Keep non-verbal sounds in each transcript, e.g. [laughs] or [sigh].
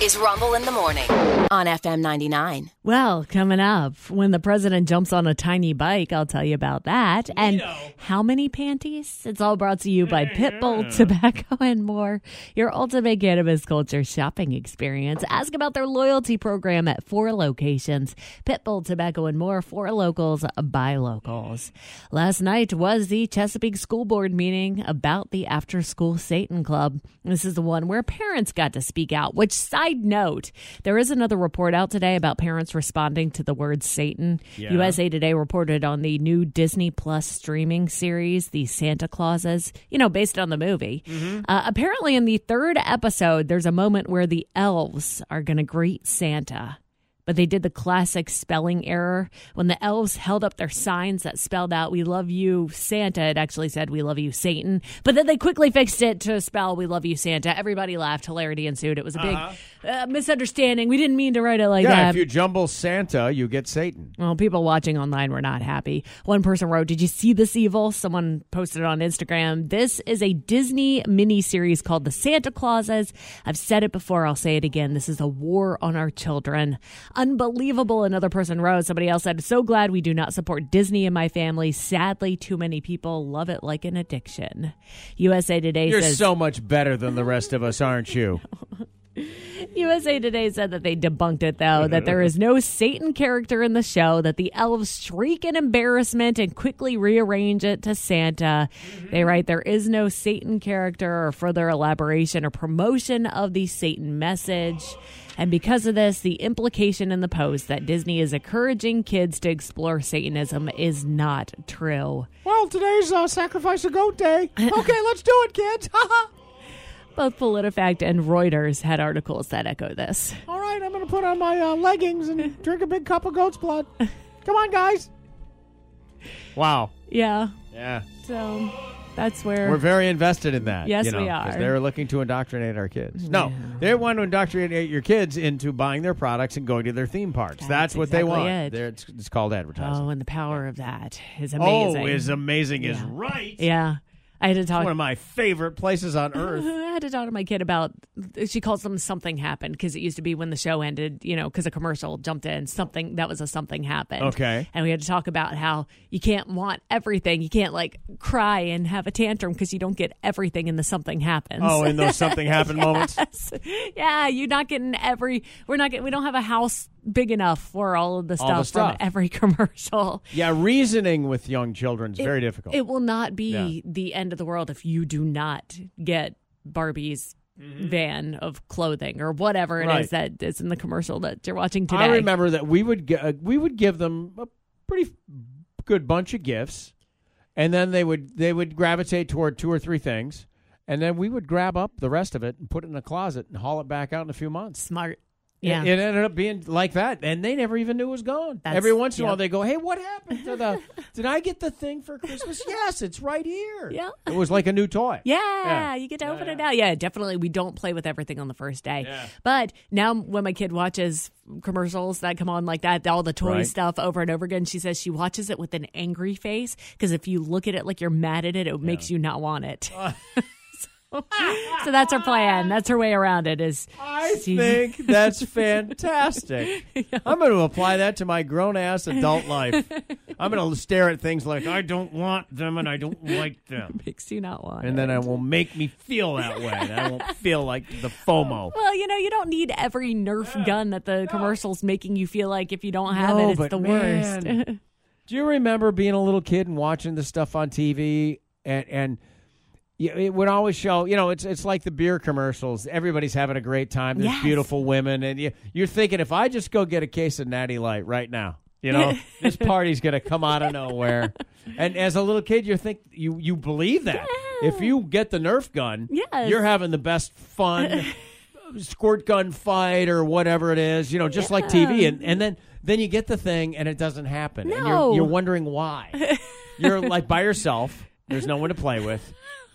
is Rumble in the Morning on FM 99. Well, coming up, when the president jumps on a tiny bike, I'll tell you about that. And how many panties? It's all brought to you by Pitbull, Tobacco, [laughs] and more. Your ultimate cannabis culture shopping experience. Ask about their loyalty program at four locations Pitbull, Tobacco, and more for locals by locals. Last night was the Chesapeake School Board meeting about the after school Satan Club. This is the one where parents got to speak out, which, side note, there is another report out today about parents responding to the word Satan. Yeah. USA Today reported on the new Disney Plus streaming series, The Santa Clauses, you know, based on the movie. Uh, apparently, in the third episode, there's a moment where the elves are going to greet Santa. But they did the classic spelling error. When the elves held up their signs that spelled out, We love you, Santa, it actually said, We love you, Satan. But then they quickly fixed it to spell, We love you, Santa. Everybody laughed. Hilarity ensued. It was a big uh, misunderstanding. We didn't mean to write it like Uh-huh. yeah, that. if you jumble Santa, you get Satan. Well, people watching online were not happy. One person wrote, Did you see this evil? Someone posted on Instagram. This is a Disney miniseries called The Santa Clauses. I've said it before, I'll say it again. This is a war on our children. Unbelievable. Another person wrote, Somebody else said, So glad we do not support Disney in my family. Sadly, too many people love it like an addiction. USA Today You're says, so much better than the rest of us, aren't you? USA Today said that they debunked it, though, that there is no Satan character in the show, that the elves shriek in embarrassment and quickly rearrange it to Santa. They write, There is no Satan character or further elaboration or promotion of the Satan message. And because of this, the implication in the post that Disney is encouraging kids to explore Satanism is not true. [laughs] Well, today's uh, sacrifice a goat day. [laughs] Okay, let's do it, kids. Both PolitiFact and Reuters had articles that echo this. All right, I'm going to put on my uh, leggings and drink a big cup of goat's [laughs] blood. Come on, guys. Wow. Yeah, Yeah. so that's where. We're very invested in that. Yes, you know, we 'cause are. They're looking to indoctrinate our kids. No, they want to indoctrinate your kids into buying their products and going to their theme parks. That's, That's what they exactly want. it. They're- It's, it's called advertising. Oh, and the power of that is amazing. Oh, is amazing is Yeah. right. yeah. I had to One talk. of my favorite places on [laughs] I [laughs] earth. had to talk to my kid about. She calls them something happened because it used to be when the show ended, you know, because a commercial jumped in. Something that was a something happened. Okay. And we had to talk about how you can't want everything. You can't like cry and have a tantrum because you don't get everything in the something happens. [laughs] Oh, in those something happened moments. yeah, you're not getting every. We're not getting. We don't have a house big enough for all of the All the from stuff. every [laughs] commercial. Yeah, reasoning with young children is very difficult. It will not be Yeah. the end of the world if you do not get Barbie's Mm-hmm. van of clothing or whatever it is Right. that is in the commercial that you're watching today. I remember that we would g- uh, we would give them a pretty f- good bunch of gifts, and then they would they would gravitate toward two or three things, and then we would grab up the rest of it and put it in a closet and haul it back out in a few months. Smart. Yeah. It, it ended up being like that, and they never even knew it was gone. That's- Every once in a yeah. while, they go, "Hey, what happened to the? did I get the thing for [laughs] Christmas? Yes, it's right here. Yeah. it was like a new toy. yeah, Yeah. you get to open it now. Yeah, definitely. We don't play with everything on the first day. But now, when my kid watches commercials that come on like that, all the toy Right. stuff over and over again, she says she watches it with an angry face because if you look at it like you're mad at it, it makes you not want [laughs] it. [laughs] so, so that's her plan. That's her way around it. Is I she- think that's fantastic. I'm going to apply that to my grown ass adult life. I'm going to stare at things like I don't want them and I don't like them. makes you not want. And it. then I will make me feel that way. And I won't feel like the FOMO. Well, you know, you don't need every Nerf gun that the commercial's making you feel like if you don't have No, it, it's but the man. worst. Do you remember being a little kid and watching this stuff on TV and and y- it would always show, you know, it's it's like the beer commercials. Everybody's having a great time. There's Yes. beautiful women, and you, you're thinking, if I just go get a case of Natty Light right now, [laughs] you know, this party's gonna come out of nowhere. And as a little kid, you think you you believe that. If you get the Nerf gun, Yes. you're having the best [laughs] fun squirt gun fight or whatever it is, you know, just like TV. And, and then then you get the thing and it doesn't happen. And No. [laughs] you're, you're wondering why. you're like by yourself. There's no one to play with.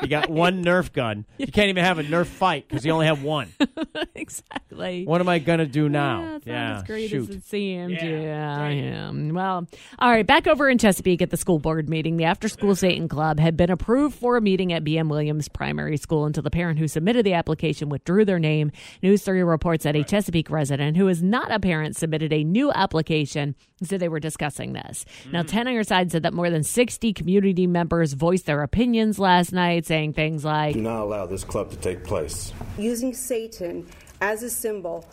You [laughs] got one Nerf gun. You can't even have a Nerf fight because you only have one. [laughs] exactly. What am I gonna do Yeah, now? it's not as great shoot. as it seemed. Yeah, Yeah, dang. yeah. Well, all right. Back over in Chesapeake at the school board meeting, the after school Satan Club had been approved for a meeting at BM Williams Primary School until the parent who submitted the application withdrew their name. News 3 reports that a Chesapeake resident who is not a parent submitted a new application, so they were discussing this. Now, Mm. 10 on your side said that more than 60 community members voiced their opinions last night, saying things like, Mm. Do not allow this club to take place. using Satan as a symbol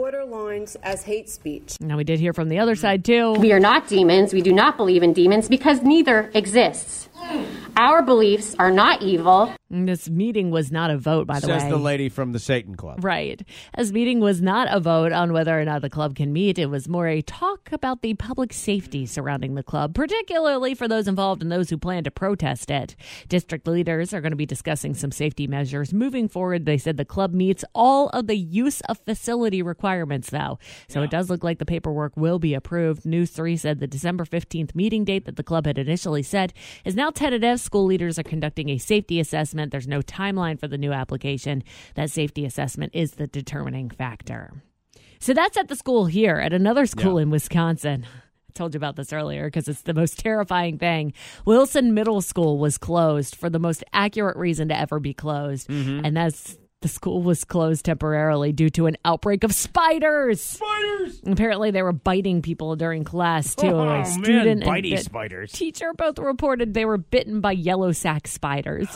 borderlines as hate speech. now we did hear from the other side too. We are not demons. We do not believe in demons because neither exists. Our beliefs are not evil. This meeting was not a vote, by the Says way. the lady from the Satan Club. Right. As meeting was not a vote on whether or not the club can meet, it was more a talk about the public safety surrounding the club, particularly for those involved and those who plan to protest it. District leaders are going to be discussing some safety measures moving forward. They said the club meets all of the use of facility requirements, though. So it does look like the paperwork will be approved. News 3 said the December 15th meeting date that the club had initially set is now tentative. School leaders are conducting a safety assessment. There's no timeline for the new application. That safety assessment is the determining factor. So that's at the school here, at another school in Wisconsin. I told you about this earlier because it's the most terrifying thing. Wilson Middle School was closed for the most accurate reason to ever be closed, Mm-hmm. and that's the school was closed temporarily due to an outbreak of spiders. Spiders. Apparently, they were biting people during class too. Oh, A man, student and bitey the spiders. Teacher both reported they were bitten by yellow sack spiders.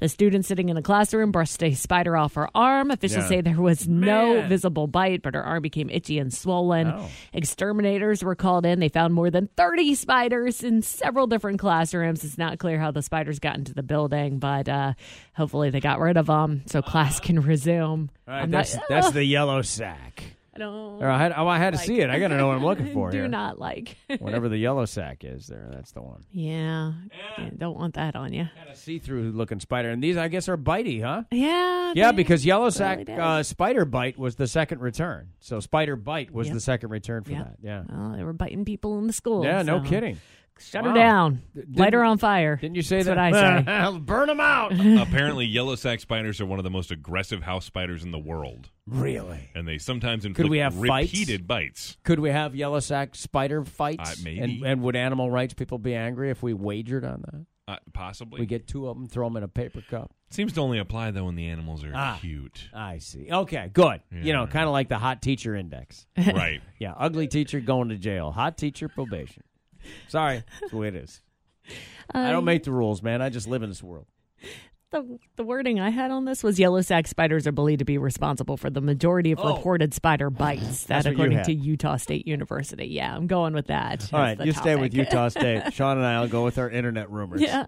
The student sitting in the classroom brushed a spider off her arm. Officials Yeah. say there was no Man. Oh. visible bite, but her arm became itchy and swollen. Exterminators were called in. They found more than 30 spiders in several different classrooms. It's not clear how the spiders got into the building, but uh, hopefully they got rid of them so class can resume. All right, I'm not- that's that's the yellow sack. I don't- Or I had, oh, I had to see it. I got to know what [laughs] I'm looking for do here. not like. [laughs] Whatever the yellow sack is, there, that's the one. yeah. yeah. Don't want that on you. Got a see-through looking spider, and these, I guess, are bitey, huh? Yeah. Yeah, they- because yellow really sack does. uh, spider bite was the second return. So spider bite was Yep. the second return for Yep. that. Yeah, Well, they were biting people in the school. yeah, no so kidding. Shut Wow. her down. Didn't- Light her on fire. Didn't you say That's that? [laughs] What I say. Burn [laughs] them out. Apparently, yellow sack spiders are one of the most aggressive house spiders in the world, really? and they sometimes inflict we have fights? repeated bites. Could we have yellow sack spider fights? Uh, maybe. And, and would animal rights people be angry if we wagered on that? Uh, possibly. We get two of them, throw them in a paper cup. Seems to only apply though when the animals are Ah. [laughs] cute. I see. Okay, good. You know, Yeah. kind of like the hot teacher index. right. Yeah, ugly teacher going to jail. Hot teacher probation. Sorry, that's the way it is. I Um, don't make the rules, man. I just live in this world. The, the wording I had on this was yellow sack spiders are believed to be responsible for the majority of Oh. reported spider bites. That, That's what you according had. to Utah State University. Yeah, I'm going with that. All right, as the you stay topic. with [laughs] Utah State. Sean and I will go with our internet rumors. Yeah.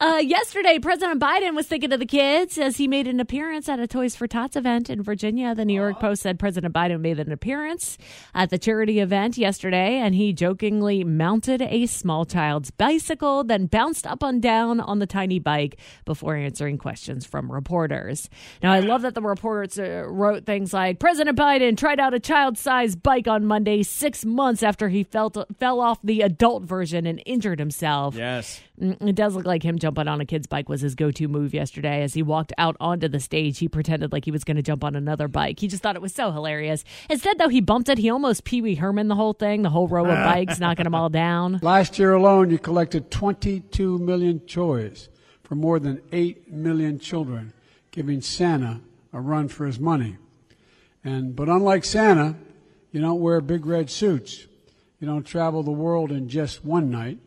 Uh, yesterday, President Biden was thinking of the kids as he made an appearance at a Toys for Tots event in Virginia. The New York Post said President Biden made an appearance at the charity event yesterday, and he jokingly mounted a small child's bicycle, then bounced up and down on the tiny bike before answering questions from reporters. Now, I love that the reporters uh, wrote things like President Biden tried out a child sized bike on Monday, six months after he felt, fell off the adult version and injured himself. Yes. Mm, It does look like him jumping on a kid's bike was his go to move yesterday. As he walked out onto the stage, he pretended like he was going to jump on another bike. He just thought it was so hilarious. Instead, though, he bumped it. He almost Pee Wee Herman the whole thing, the whole row of bikes, knocking them all down. Last year alone, you collected 22 million toys for more than 8 million children, giving Santa a run for his money. And but unlike Santa, you don't wear big red suits. You don't travel the world in just one night.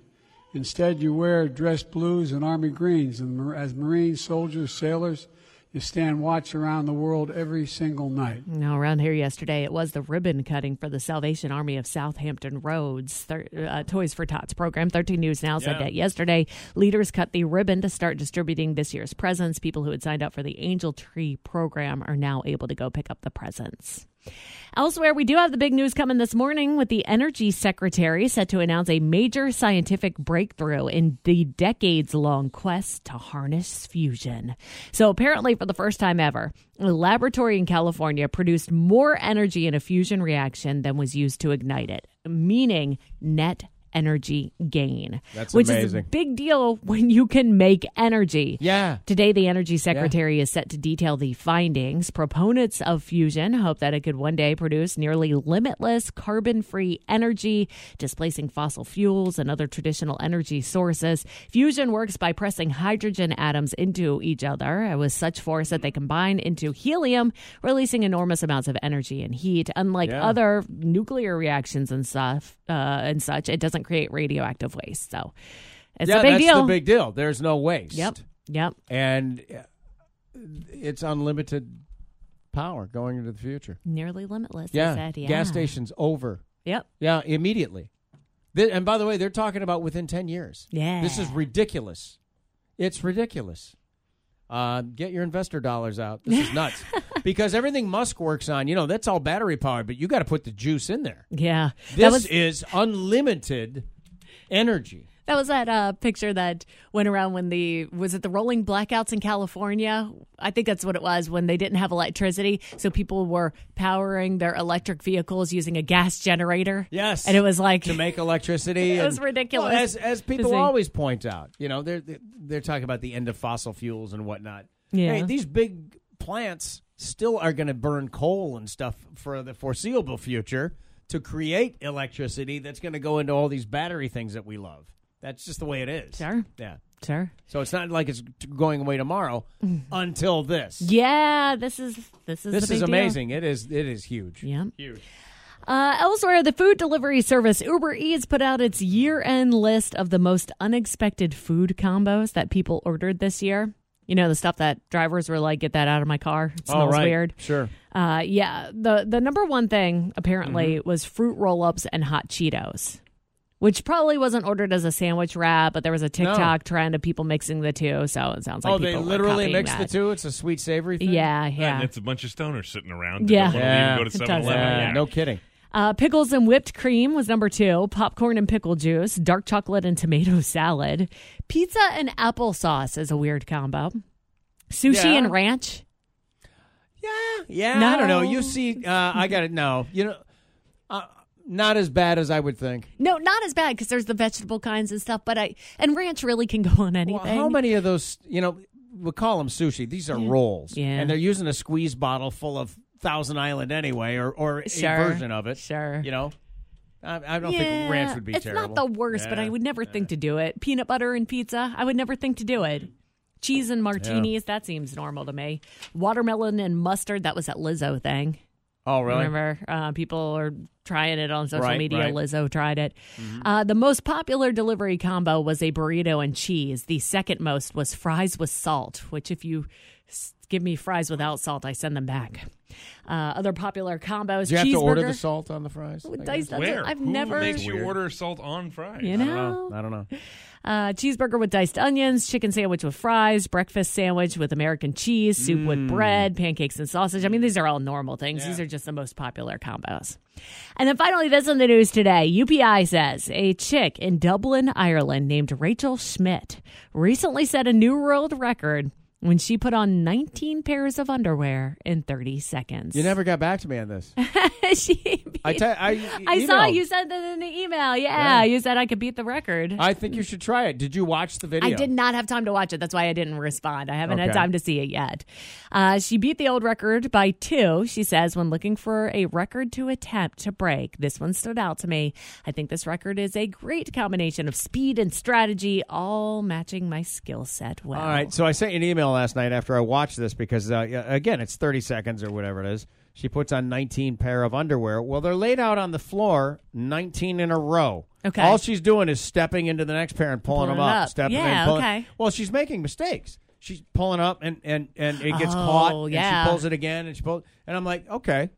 Instead, you wear dress blues and army greens, and mar- as Marines, soldiers, sailors, you stand watch around the world every single night. Now, around here yesterday, it was the ribbon cutting for the Salvation Army of Southampton Roads thir- uh, Toys for Tots program. 13 News Now said that yesterday, leaders cut the ribbon to start distributing this year's presents. People who had signed up for the Angel Tree program are now able to go pick up the presents. Elsewhere, we do have the big news coming this morning with the Energy Secretary set to announce a major scientific breakthrough in the decades long quest to harness fusion. So, apparently, for the first time ever, a laboratory in California produced more energy in a fusion reaction than was used to ignite it, meaning net energy gain. That's which is a amazing. big deal when you can make energy. Yeah. Today, the Energy Secretary is set to detail the findings. Proponents of fusion hope that it could one day produce nearly limitless carbon free energy, displacing fossil fuels and other traditional energy sources. Fusion works by pressing hydrogen atoms into each other and with such force that they combine into helium, releasing enormous amounts of energy and heat. Unlike Yeah. other nuclear reactions and stuff uh, and such, it doesn't create radioactive waste. So it's yeah, a big that's deal. the big deal. There's no waste. yep. Yep. And uh, it's unlimited power going into the future. Nearly limitless. they Yeah. said. yeah. Gas stations over. Yep. Yeah, immediately. Th- and by the way, they're talking about within 10 years. Yeah. This is ridiculous. It's ridiculous. Uh, get your investor dollars out. This [laughs] is nuts. because everything Musk works on, you know, that's all battery powered, but you got to put the juice in there. Yeah. This that was is unlimited energy. that was that uh, picture that went around when the was it the rolling blackouts in California? I think that's what it was when they didn't have electricity, so people were powering their electric vehicles using a gas generator. Yes. and it was like to make electricity. It and- was ridiculous. Well, as as people Busy. always point out, you know, they're they're talking about the end of fossil fuels and whatnot. Yeah. Hey, these big plants still are going to burn coal and stuff for the foreseeable future to create electricity that's going to go into all these battery things that we love. That's just the way it is. Sure. Yeah. Sure. So it's not like it's going away tomorrow until this. Mm. Yeah, this is this is This the is big deal. amazing. It is it is huge. Yeah. Uh, elsewhere, the food delivery service Uber Eats put out its year end list of the most unexpected food combos that people ordered this year. You know, the stuff that drivers were like, get that out of my car. It All smells Oh, right. weird. Sure. Uh, yeah. The, the number one thing, apparently, Mm-hmm. was fruit roll ups and hot Cheetos, which probably wasn't ordered as a sandwich wrap, but there was a TikTok trend of people mixing the two. So it sounds like oh, they people were literally copying mix the that. two. It's a sweet savory thing. Yeah, yeah. And it's a bunch of stoners sitting around. Yeah. Yeah. Yeah. Go to It does. 7-Eleven. Yeah, Yeah. no kidding. Uh, pickles and whipped cream was number two. Popcorn and pickle juice. Dark chocolate and tomato [laughs] salad. Pizza and applesauce is a weird combo. Sushi Yeah. and ranch. Yeah, yeah. I don't know. You No. see, uh, I got it. No, you know, uh, not as bad as I would think. No, not as bad because there's the vegetable kinds and stuff. But I and ranch really can go on anything. Well, how many of those? You know, we call them sushi. These are rolls, Yeah. and they're using a squeeze bottle full of Thousand Island anyway, or or Sure, a version of it. sure. you know, I, I don't yeah, think ranch would be it's not terrible. the worst, but I Yeah. would never think to do it. Peanut butter and pizza, I would never think to do it. Cheese and martinis, that seems normal to me. Watermelon and mustard, that was that Lizzo thing. Oh, really? Remember, uh, people are trying it on social Right, media. right. Mm-hmm. Lizzo tried it. Uh, the most popular delivery combo was a burrito and cheese. The second most was fries with salt, which, if you s- give me fries without salt, I send them back. Uh, other popular combos: Do you have to order cheeseburger. the salt on the fries? I guess? Diced up- Where? I've Who never, makes Weird. you order salt on fries? you I don't know. know, I don't know. uh, cheeseburger with diced onions, chicken sandwich with fries, breakfast sandwich with American cheese, soup Mm. with bread, pancakes and sausage. I mean, these are all normal things. These are just the most popular combos. And then finally, this in the news today UPI says a chick in Dublin, Ireland, named Rachel Schmidt recently set a new world record when she put on 19 pairs of underwear in 30 seconds. You never got back to me on this. [laughs] she I te- I I saw emailed. you said that in the email. Yeah, Yeah. you said I could beat the record. I think you should try it. Did you watch the video? I did not have time to watch it. That's why I didn't respond. I haven't had Okay. time to see it yet. Uh, she beat the old record by two, she says, when looking for a record to attempt to break. This one stood out to me. I think this record is a great combination of speed and strategy, all matching my skill set well. All right, so I sent you an email last night after I watched this because uh, yeah, again, it's 30 seconds or whatever it is. She puts on 19 pair of underwear. Well, they're laid out on the floor, 19 in a row. Okay. All she's doing is stepping into the next pair and pulling, Pulling them it up, up. stepping Yeah, in, pulling. okay. Well, she's making mistakes. She's pulling up and and and it gets Oh, caught. yeah. And she pulls it again and she pulls. And I'm like, okay.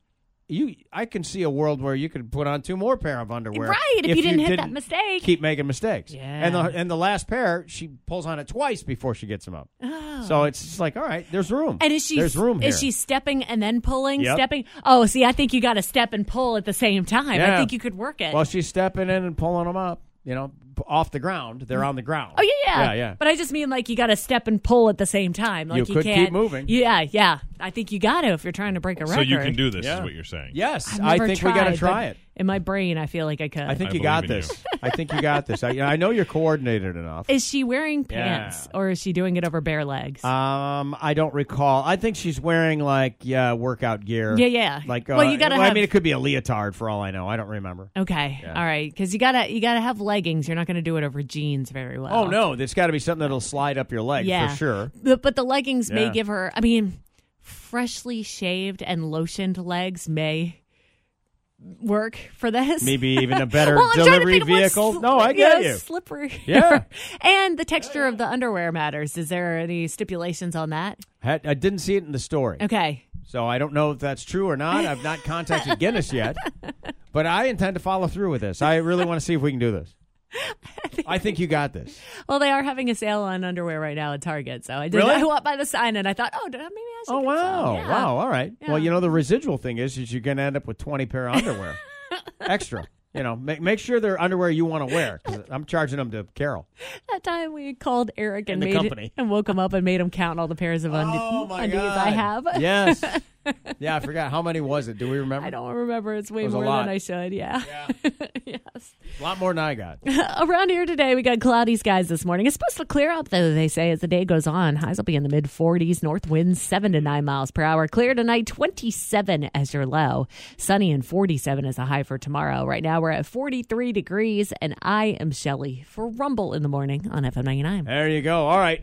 You, I can see a world where you could put on two more pair of underwear, Right, if you didn't hit that mistake. Keep making mistakes, Yeah. And the and the last pair, she pulls on it twice before she gets them up. Oh. So it's just like, all right, there's room. And is she there's room here. is she stepping and then pulling, Yep. stepping? Oh, see, I think you got to step and pull at the same time. I Yeah. think you could work it. Well, she's stepping in and pulling them up. You know, off the ground, they're on the ground. Oh yeah, yeah, yeah, yeah. But I just mean like you got to step and pull at the same time. Like you, could keep can't, moving. Yeah, yeah. I think you got to if you're trying to break a record. So you can do this, Yeah. is what you're saying. yes, I've I never think we tried, got to but try it. In my brain, I feel like I could. I think I you got believe in this. I think you got this. I, I know you're coordinated enough. is she wearing pants Yeah. or is she doing it over bare legs? Um, I don't recall. I think she's wearing like yeah workout gear. Yeah, yeah. Like Well, uh, you gotta I have- mean, it could be a leotard for all I know. I don't remember. okay, all right. Because you gotta you gotta have leggings. You're not gonna do it over jeans very well. Oh no, there's got to be something that'll slide up your leg Uh-huh. yeah, for sure. But, but the leggings may Yeah. give her. I mean, freshly shaved and lotioned legs may work for this. Maybe even [laughs] a better Well, I'm trying to delivery think of what's vehicle. sl- no, I get know, you. Slippery. Yeah. [laughs] and the texture of the underwear matters. Is there any stipulations on that? Had- I didn't see it in the story, Okay. so I don't know if that's true or not. I've not contacted Guinness [laughs] yet, but I intend to follow through with this. I really want to see if we can [laughs] do this. I think you got this. Well, they are having a sale on underwear right now at Target. So I did. Really? I walked by the sign and I thought, oh, maybe I should. Oh get wow, some. Yeah. wow! All right. Yeah. Well, you know the residual thing is is you're going to end up with twenty pair [laughs] of underwear extra. You know, make make sure they're underwear you want to wear. 'cause I'm charging them to Carol. That time we called Eric and, And the made company. Oh, and woke him up and made him count all the pairs of undi- undies I have. [laughs] Yes. Yeah, I forgot how many was it. Do we remember? I don't remember. It's way It was a more lot. than I should. Yeah. [laughs] yes. A lot more than I got. Around here today, we got cloudy skies this morning. It's supposed to clear up, though, they say, as the day goes on. Highs will be in the mid 40s, north winds 7 to 9 miles per hour. Clear tonight, 27 as your low. Sunny and 47 as a high for tomorrow. Right now, we're at 43 degrees, and I am Shelley for Rumble in the Morning on FM 99. There you go. All right.